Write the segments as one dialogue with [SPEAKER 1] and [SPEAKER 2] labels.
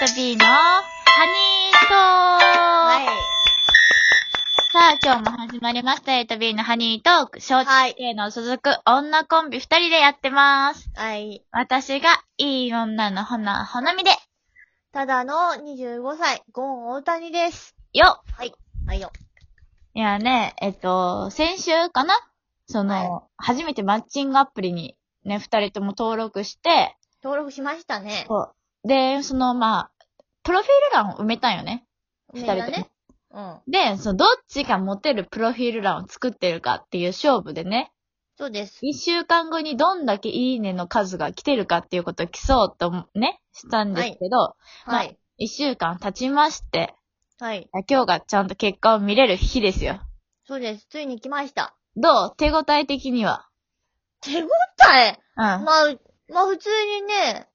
[SPEAKER 1] と B のハニートー、
[SPEAKER 2] はい。
[SPEAKER 1] さあ、今日も始まりました。A と B のハニートーク。小
[SPEAKER 2] は
[SPEAKER 1] 中
[SPEAKER 2] い
[SPEAKER 1] 系の続く女コンビ二人でやってます。
[SPEAKER 2] はい。
[SPEAKER 1] 私がいい女のほな、ほなみで、
[SPEAKER 2] ただの25歳、ゴン大谷です。
[SPEAKER 1] よ
[SPEAKER 2] はいよ。
[SPEAKER 1] いやね、えっと、先週かなその、
[SPEAKER 2] は
[SPEAKER 1] 初めてマッチングアプリにね、二人とも登録して、
[SPEAKER 2] 登録しましたね。
[SPEAKER 1] で、その、まあ、プロフィール欄を埋めたんよね。二
[SPEAKER 2] みん
[SPEAKER 1] 人と
[SPEAKER 2] な
[SPEAKER 1] も。
[SPEAKER 2] ね。うん。
[SPEAKER 1] で、その、どっちがモテるプロフィール欄を作ってるかっていう勝負でね、
[SPEAKER 2] そうです。
[SPEAKER 1] 一週間後にどんだけいいねの数が来てるかっていうことを競うともね、したんですけど、まあ
[SPEAKER 2] はい。
[SPEAKER 1] 一、週間経ちまして、
[SPEAKER 2] はい。
[SPEAKER 1] 今日がちゃんと結果を見れる日ですよ。
[SPEAKER 2] そうです。ついに来ました。
[SPEAKER 1] どう手応え的には。う
[SPEAKER 2] 手応え
[SPEAKER 1] ん。
[SPEAKER 2] まあ、まあ普通にね、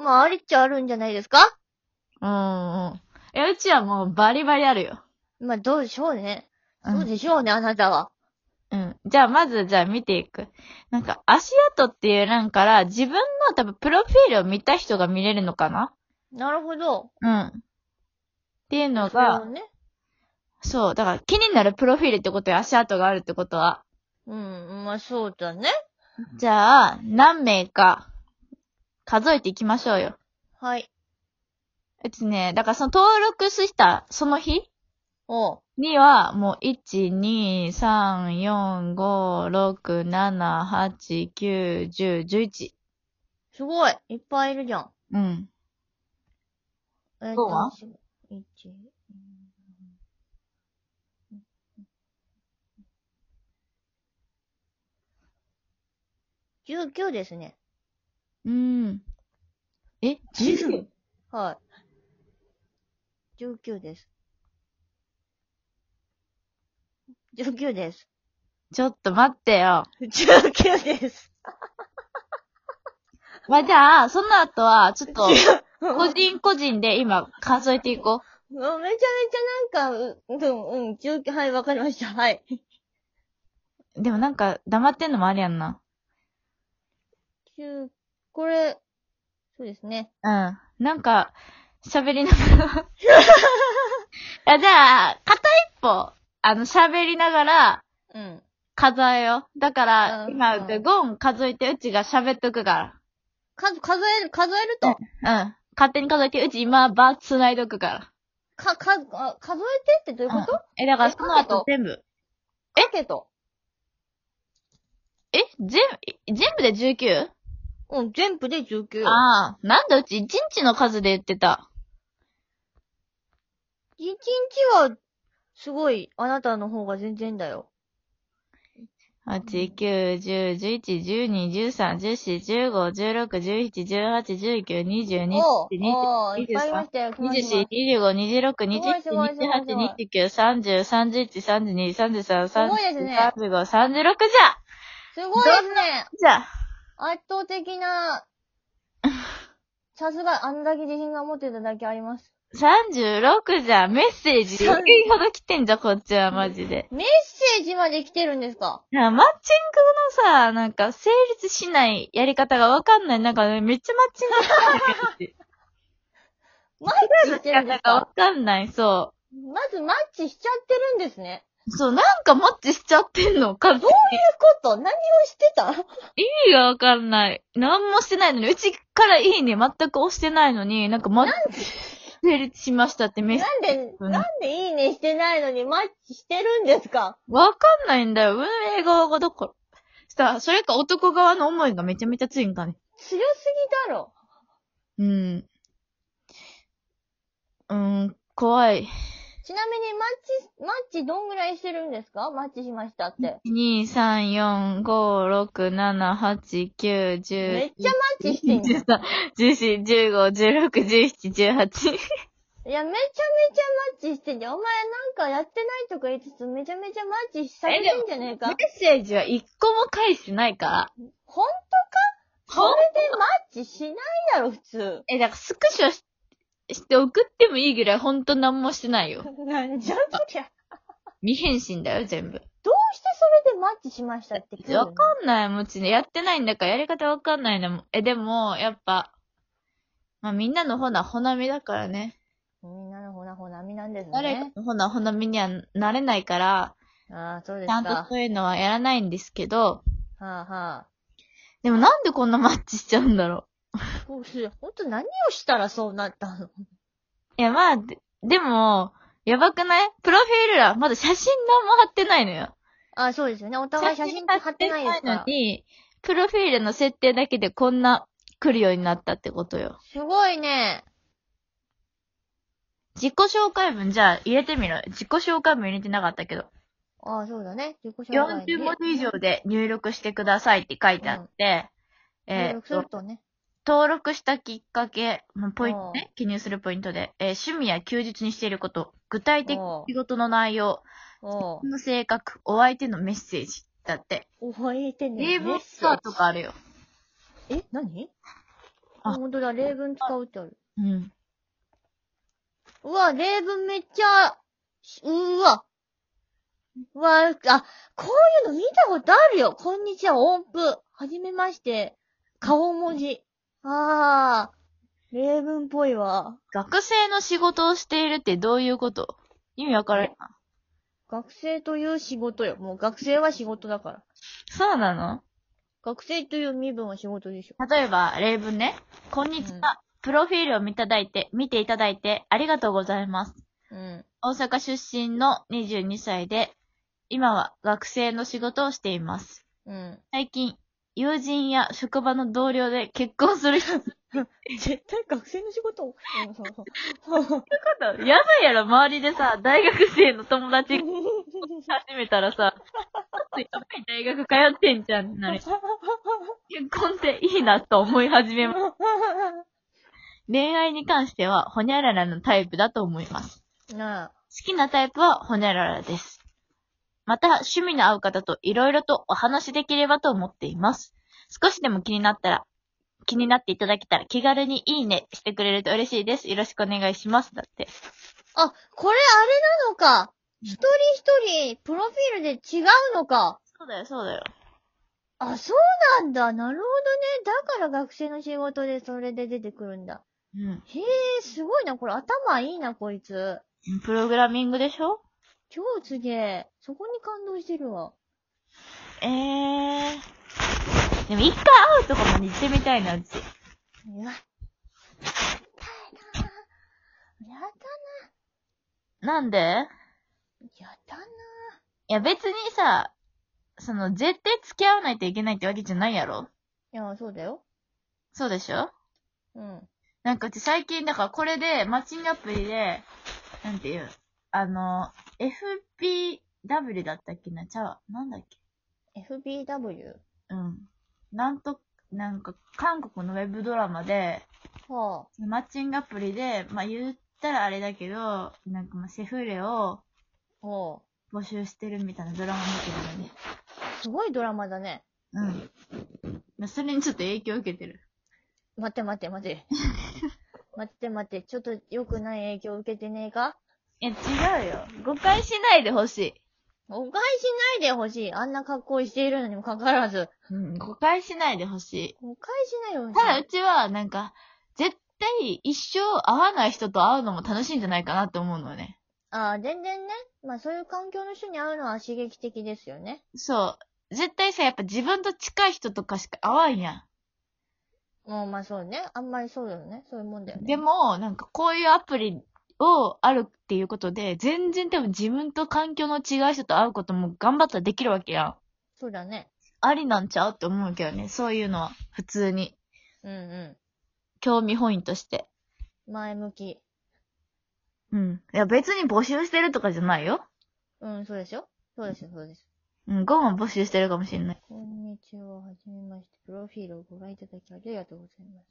[SPEAKER 2] まあありっちゃあるんじゃないですか
[SPEAKER 1] うんうん。え、うちはもうバリバリあるよ。
[SPEAKER 2] まあどうでしょうね。
[SPEAKER 1] うん
[SPEAKER 2] そうでしょうね、あなたは。
[SPEAKER 1] うん。じゃあ、まず、じゃあ見ていく。なんか、足跡っていう欄から、自分の多分、プロフィールを見た人が見れるのかな
[SPEAKER 2] なるほど。
[SPEAKER 1] うん。っていうの
[SPEAKER 2] それを
[SPEAKER 1] が、
[SPEAKER 2] ね。
[SPEAKER 1] そう、だから気になるプロフィールってことや足跡があるってことは。
[SPEAKER 2] うん、まあそうだね。
[SPEAKER 1] じゃあ、何名か、数えていきましょうよ。
[SPEAKER 2] はい。
[SPEAKER 1] うちね、だからその登録した、その日
[SPEAKER 2] おう。
[SPEAKER 1] には、もう、1、2、3、4、5、6、7、8、9、10、11。
[SPEAKER 2] すごい。いっぱいいるじゃん。
[SPEAKER 1] うん。
[SPEAKER 2] えっ
[SPEAKER 1] どうは
[SPEAKER 2] 1、19ですね。
[SPEAKER 1] うん。え ?19?
[SPEAKER 2] はい。19です。19です。
[SPEAKER 1] ちょっと待ってよ。
[SPEAKER 2] 19です。
[SPEAKER 1] まあ、じゃあ、その後は、ちょっ と、
[SPEAKER 2] うん
[SPEAKER 1] 個人個人で今、数えていこ
[SPEAKER 2] めちゃめちゃなんか、ううん、うん、19、はい、わかりました。はい。
[SPEAKER 1] う。でもなんか、黙ってんのもありやんな。
[SPEAKER 2] 9これ、そうですね。
[SPEAKER 1] うん。なんか、喋りながら。 いや、じゃあ、片一歩、あの、喋りながら、
[SPEAKER 2] うん。
[SPEAKER 1] 数えよう。だから、
[SPEAKER 2] うん
[SPEAKER 1] 今、
[SPEAKER 2] うん
[SPEAKER 1] ゴン数えて、うちが喋っとくか
[SPEAKER 2] 数、数える、数えると。
[SPEAKER 1] ら。うん。勝手に数えて、うち今、バー繋いどくから。
[SPEAKER 2] か、か、あ数えてってどういうこと、
[SPEAKER 1] え、だから
[SPEAKER 2] え
[SPEAKER 1] その後全部。
[SPEAKER 2] えけど。
[SPEAKER 1] え全部、全部で 19?
[SPEAKER 2] うん、全部で19。
[SPEAKER 1] ああ、なんだうち1日の数で言ってた。
[SPEAKER 2] 一日は、すごい、あなたの方が全然だよ。
[SPEAKER 1] 8、9、10、11、12、13、14、15、16、17、18、19、20、21、
[SPEAKER 2] おう
[SPEAKER 1] 22、
[SPEAKER 2] おういっぱいいましたよ。
[SPEAKER 1] 24、25、26、
[SPEAKER 2] すごいすごいすご
[SPEAKER 1] 27、28、
[SPEAKER 2] い
[SPEAKER 1] 29、30、31、32、33、
[SPEAKER 2] すごいですね
[SPEAKER 1] 34、35、36じゃ
[SPEAKER 2] すごいですね。
[SPEAKER 1] じゃあ、
[SPEAKER 2] 圧倒的な、さすが、あんだけ自信が持ってただけあります。
[SPEAKER 1] 36じゃメッセージ
[SPEAKER 2] そう
[SPEAKER 1] 6いほど来てんじゃん、こっちはマジで。
[SPEAKER 2] メッセージまで来てるんですか
[SPEAKER 1] いやマッチングのさ、なんか成立しないやり方がわかんない。なんかね、めっちゃマッチングアプリ
[SPEAKER 2] マッチ
[SPEAKER 1] の
[SPEAKER 2] し
[SPEAKER 1] 仕
[SPEAKER 2] てるんです
[SPEAKER 1] 方がわ
[SPEAKER 2] か
[SPEAKER 1] かんない、そ
[SPEAKER 2] まずマッチしちゃってるんですね。
[SPEAKER 1] う。そう、なんかマッチしちゃってんのか、意
[SPEAKER 2] こと、何をしてた
[SPEAKER 1] 味がわかんない。なんもしてないのに、うちからいいね、全く押してないのに、なんかマッチ成立しましたってメッセ
[SPEAKER 2] なんで、
[SPEAKER 1] うん
[SPEAKER 2] なんでいいねしてないのにマッチしてるんですか
[SPEAKER 1] わかんないんだよ、運営側がどこ。さ、それか男側の思いがめちゃめちゃ強いんかね。
[SPEAKER 2] 強すぎだろ。
[SPEAKER 1] うん。うん、怖い。
[SPEAKER 2] ちなみにマッチ、マッチどんぐらいしてるんですかマッチしましたって。
[SPEAKER 1] 2、3、4、5、6、7、8、9、10。
[SPEAKER 2] めっちゃマッチしてんじゃん。
[SPEAKER 1] 14、15、16、17、18。
[SPEAKER 2] いや、めちゃめちゃマッチしてんじゃん。お前なんかやってないとか言いつつ、めちゃめちゃマッチされてんじゃねえ
[SPEAKER 1] メ
[SPEAKER 2] か
[SPEAKER 1] ッ。セージは1個も返してないから。
[SPEAKER 2] ほんとか
[SPEAKER 1] ほん
[SPEAKER 2] それでマッチしないだろ、普通。
[SPEAKER 1] え、だからスクショしして送ってもいいぐらいほんと何もしてないよ。
[SPEAKER 2] なんじゃそりゃ。ど
[SPEAKER 1] 未返信だよ、全部。
[SPEAKER 2] うしてそれでマッチしましたって来るの
[SPEAKER 1] わかんないもんうちね。やってないんだからやり方わかんないんだもん。え、でも、やっぱ、まあみんなのほな、ほなみだからね。
[SPEAKER 2] みんなのほなほなみなんです
[SPEAKER 1] 誰か
[SPEAKER 2] ね。
[SPEAKER 1] のほな、ほなみにはなれないから、
[SPEAKER 2] ああ、そうです
[SPEAKER 1] ちゃ
[SPEAKER 2] か。
[SPEAKER 1] んとそういうのはやらないんですけど、
[SPEAKER 2] はあは
[SPEAKER 1] でもなんでこんなマッチしちゃうんだろ
[SPEAKER 2] あ。どうしようほんと何をしたらそうなったの
[SPEAKER 1] う。いや、まあ、ででも、やばくないプロフィール欄、まだ写真何も貼ってないのよ。
[SPEAKER 2] あ、そうですよね。お互い写真って貼ってないですか
[SPEAKER 1] の
[SPEAKER 2] ら。
[SPEAKER 1] に、プロフィールの設定だけでこんな来るようになったってことよ。
[SPEAKER 2] すごいね。
[SPEAKER 1] 自己紹介文じゃあ入れてみろ。自己紹介文入れてなかったけど。
[SPEAKER 2] ああ、そうだね。自己紹介に
[SPEAKER 1] 40文字以上で入力してくださいって書いてあって、
[SPEAKER 2] 登
[SPEAKER 1] えー
[SPEAKER 2] 録するとね。
[SPEAKER 1] 登録したきっかけ、まあポイント
[SPEAKER 2] う
[SPEAKER 1] ね、記入するポイントで、えー趣味や休日にしていること、具体的
[SPEAKER 2] おう
[SPEAKER 1] 仕事の内容、
[SPEAKER 2] おう
[SPEAKER 1] この性格、お相手のメッセージだって。
[SPEAKER 2] 覚えてね。
[SPEAKER 1] 例文使うとかあるよ。
[SPEAKER 2] え、何
[SPEAKER 1] あ
[SPEAKER 2] あ、ほんとだ。例文使うってある。
[SPEAKER 1] うん。
[SPEAKER 2] うわ、例文めっちゃ、うわ。うわ、あ、こういうの見たことあるよ。こんにちは、音符。はじめまして。顔文字。あー、例文っぽいわ。
[SPEAKER 1] 学生の仕事をしているってどういうこと意味わからんな。
[SPEAKER 2] 学生という仕事よ。もう学生は仕事だから。
[SPEAKER 1] そうなの
[SPEAKER 2] 学生という身分は仕事でしょ。
[SPEAKER 1] 例えば、例文ね。こんにちは。プロフィールを見ただいて、見ていただいてありがとうございます。
[SPEAKER 2] うん。
[SPEAKER 1] 大阪出身の22歳で、今は学生の仕事をしています。
[SPEAKER 2] うん。
[SPEAKER 1] 最近、友人や職場の同僚で結婚する 人
[SPEAKER 2] 絶対学生の仕事を。うんそう そう。
[SPEAKER 1] やばいやろ、周りでさ、大学生の友達が始めたら さ、ちょっとやばい大学通ってんじゃんってなる。結婚っていいなと思い始めます。恋愛に関しては、ほにゃららのタイプだと思います。
[SPEAKER 2] なあ。
[SPEAKER 1] 好きなタイプはほにゃららです。また、趣味の合う方といろいろとお話しできればと思っています。少しでも気になったら、気になっていただけたら気軽にいいねしてくれると嬉しいです。よろしくお願いします。だって。
[SPEAKER 2] あ、これあれなのか。一人一人、プロフィールで違うのか。
[SPEAKER 1] そうだよ、そうだよ。
[SPEAKER 2] あ、そうなんだ。なるほどね。だから学生の仕事でそれで出てくるんだ。
[SPEAKER 1] う
[SPEAKER 2] へえ、すごいな。これ頭いいな、こいつ。
[SPEAKER 1] ん。プログラミングでしょ
[SPEAKER 2] 超すげえ。そこに感動してるわ。
[SPEAKER 1] えー。でも一回会うとこまで行ってみたいな、うち。
[SPEAKER 2] うわ。やだな。や
[SPEAKER 1] なんで
[SPEAKER 2] だ、やだな。
[SPEAKER 1] いや別にさ、その、絶対付き合わないといけないってわけじゃないやろ
[SPEAKER 2] いや、そうだよ。
[SPEAKER 1] そうでしょ
[SPEAKER 2] うん。
[SPEAKER 1] なんかうち最近、だからこれで、マッチングアプリで、なんていう、あの、FPW だったっけな、ちゃうわ、なんだっけ。
[SPEAKER 2] FBW?
[SPEAKER 1] うん。なんと、なんか、韓国のウェブドラマで、
[SPEAKER 2] は
[SPEAKER 1] マッチングアプリで、まあ言ったらあれだけど、なんかまあセフレを
[SPEAKER 2] あ、は
[SPEAKER 1] 募集してるみたいなドラマ見て
[SPEAKER 2] あ。すごいドラマだね。
[SPEAKER 1] るのね。うん。まあそれにちょっと影響受けてる。
[SPEAKER 2] 待って待って待って。待って待って、ちょっと良くない影響受けてねえか
[SPEAKER 1] いや、違うよ。誤解しないでほしい。
[SPEAKER 2] 誤解しないでほしい。あんな格好しているのにもかかわらず。
[SPEAKER 1] うん、誤解しないでほしい。
[SPEAKER 2] 誤解しないでほしい。
[SPEAKER 1] ただうちは、なんか、絶対一生会わない人と会うのも楽しいんじゃないかなって思うのね。
[SPEAKER 2] ああ、全然ね。まあそういう環境の人に会うのは刺激的ですよね。
[SPEAKER 1] そう。絶対さ、やっぱ自分と近い人とかしか会わんや
[SPEAKER 2] もうまあそうね。あんまりそうだよね。そういうもんだよ
[SPEAKER 1] ん。
[SPEAKER 2] ね。
[SPEAKER 1] でも、なんかこういうアプリをあるっていうことで、全然多分自分と環境の違う人と会うことも頑張ったらできるわけやん。
[SPEAKER 2] そうだね。
[SPEAKER 1] ありなんちゃうって思うけどね、そういうのは。普通に。
[SPEAKER 2] うんう
[SPEAKER 1] 興味本位として。
[SPEAKER 2] ん。前向き。
[SPEAKER 1] うん。いや、別に募集してるとかじゃないよ。
[SPEAKER 2] うん、そうですよ。そうですよ、そうです。
[SPEAKER 1] うん、ゴンは募集してるかもしれない。
[SPEAKER 2] こんにちは、はじめまして。プロフィールをご覧いただきありがとうございま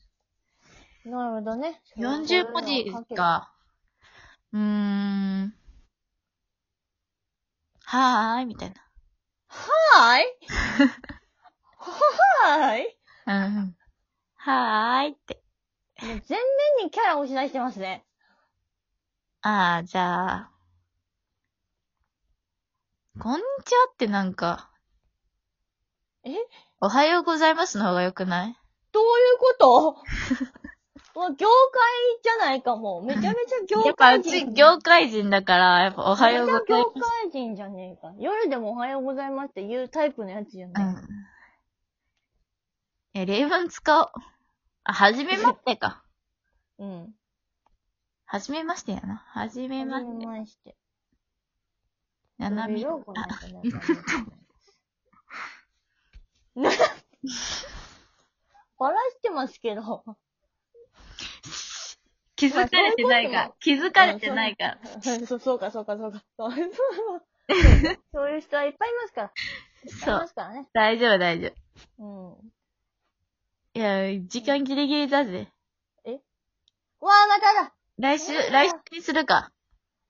[SPEAKER 2] す。なるほどね。
[SPEAKER 1] 40文字か。うーん。はーい、みたい
[SPEAKER 2] はーい はーい
[SPEAKER 1] な。うん。はーいって。
[SPEAKER 2] もう全面にキャラ押し出してますね。
[SPEAKER 1] あー、じゃあ。こんにちはってなんか。
[SPEAKER 2] え
[SPEAKER 1] おはようございますの方がよくない
[SPEAKER 2] どういうことおの業界じゃないかも。めちゃめちゃ
[SPEAKER 1] や
[SPEAKER 2] 業
[SPEAKER 1] っぱ
[SPEAKER 2] 界
[SPEAKER 1] うち
[SPEAKER 2] 人。
[SPEAKER 1] 業界人だから、やっぱおはようござい
[SPEAKER 2] めちゃめちゃ業界人じゃねえか。夜でもおはようございますって言うタイプのやつじゃない。
[SPEAKER 1] ます。うん。え、例文使おう。あ、はじめましてか。
[SPEAKER 2] うん。は
[SPEAKER 1] はじめましてやな。はじ
[SPEAKER 2] じ
[SPEAKER 1] め
[SPEAKER 2] め
[SPEAKER 1] まして。
[SPEAKER 2] まして。
[SPEAKER 1] ななみ。
[SPEAKER 2] ようこの
[SPEAKER 1] あ
[SPEAKER 2] 人なんか ねバラしてますけど。
[SPEAKER 1] 気づかれてないから。気づかれてないから。
[SPEAKER 2] そそうか、そうか、そうか。そうそういう人はいっぱいいますから。いっぱい
[SPEAKER 1] そ
[SPEAKER 2] いうま。すからね。
[SPEAKER 1] 大丈夫、大丈夫。
[SPEAKER 2] う
[SPEAKER 1] い
[SPEAKER 2] ん。
[SPEAKER 1] や、時間ギリギリだぜ。
[SPEAKER 2] うわあ、まただ
[SPEAKER 1] 来週、来週にするか。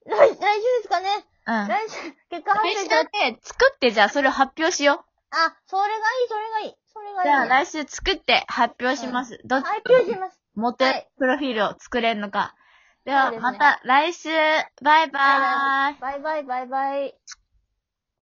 [SPEAKER 2] 来来週ですかね
[SPEAKER 1] うん。来
[SPEAKER 2] 来週、結果発
[SPEAKER 1] 週
[SPEAKER 2] 表
[SPEAKER 1] だ
[SPEAKER 2] だ
[SPEAKER 1] って、作ってじゃあそれを発表しよ
[SPEAKER 2] あ、それがいい、それがいい。それが
[SPEAKER 1] う。
[SPEAKER 2] いい。
[SPEAKER 1] じゃあ来週作って発表します。どっち
[SPEAKER 2] 発表します。
[SPEAKER 1] モ
[SPEAKER 2] は
[SPEAKER 1] テ
[SPEAKER 2] い
[SPEAKER 1] プロフィールを作れるのか。で
[SPEAKER 2] そ
[SPEAKER 1] は、
[SPEAKER 2] うです
[SPEAKER 1] ま
[SPEAKER 2] ね
[SPEAKER 1] た来週バイバーイ
[SPEAKER 2] バイバイ、バイバイ。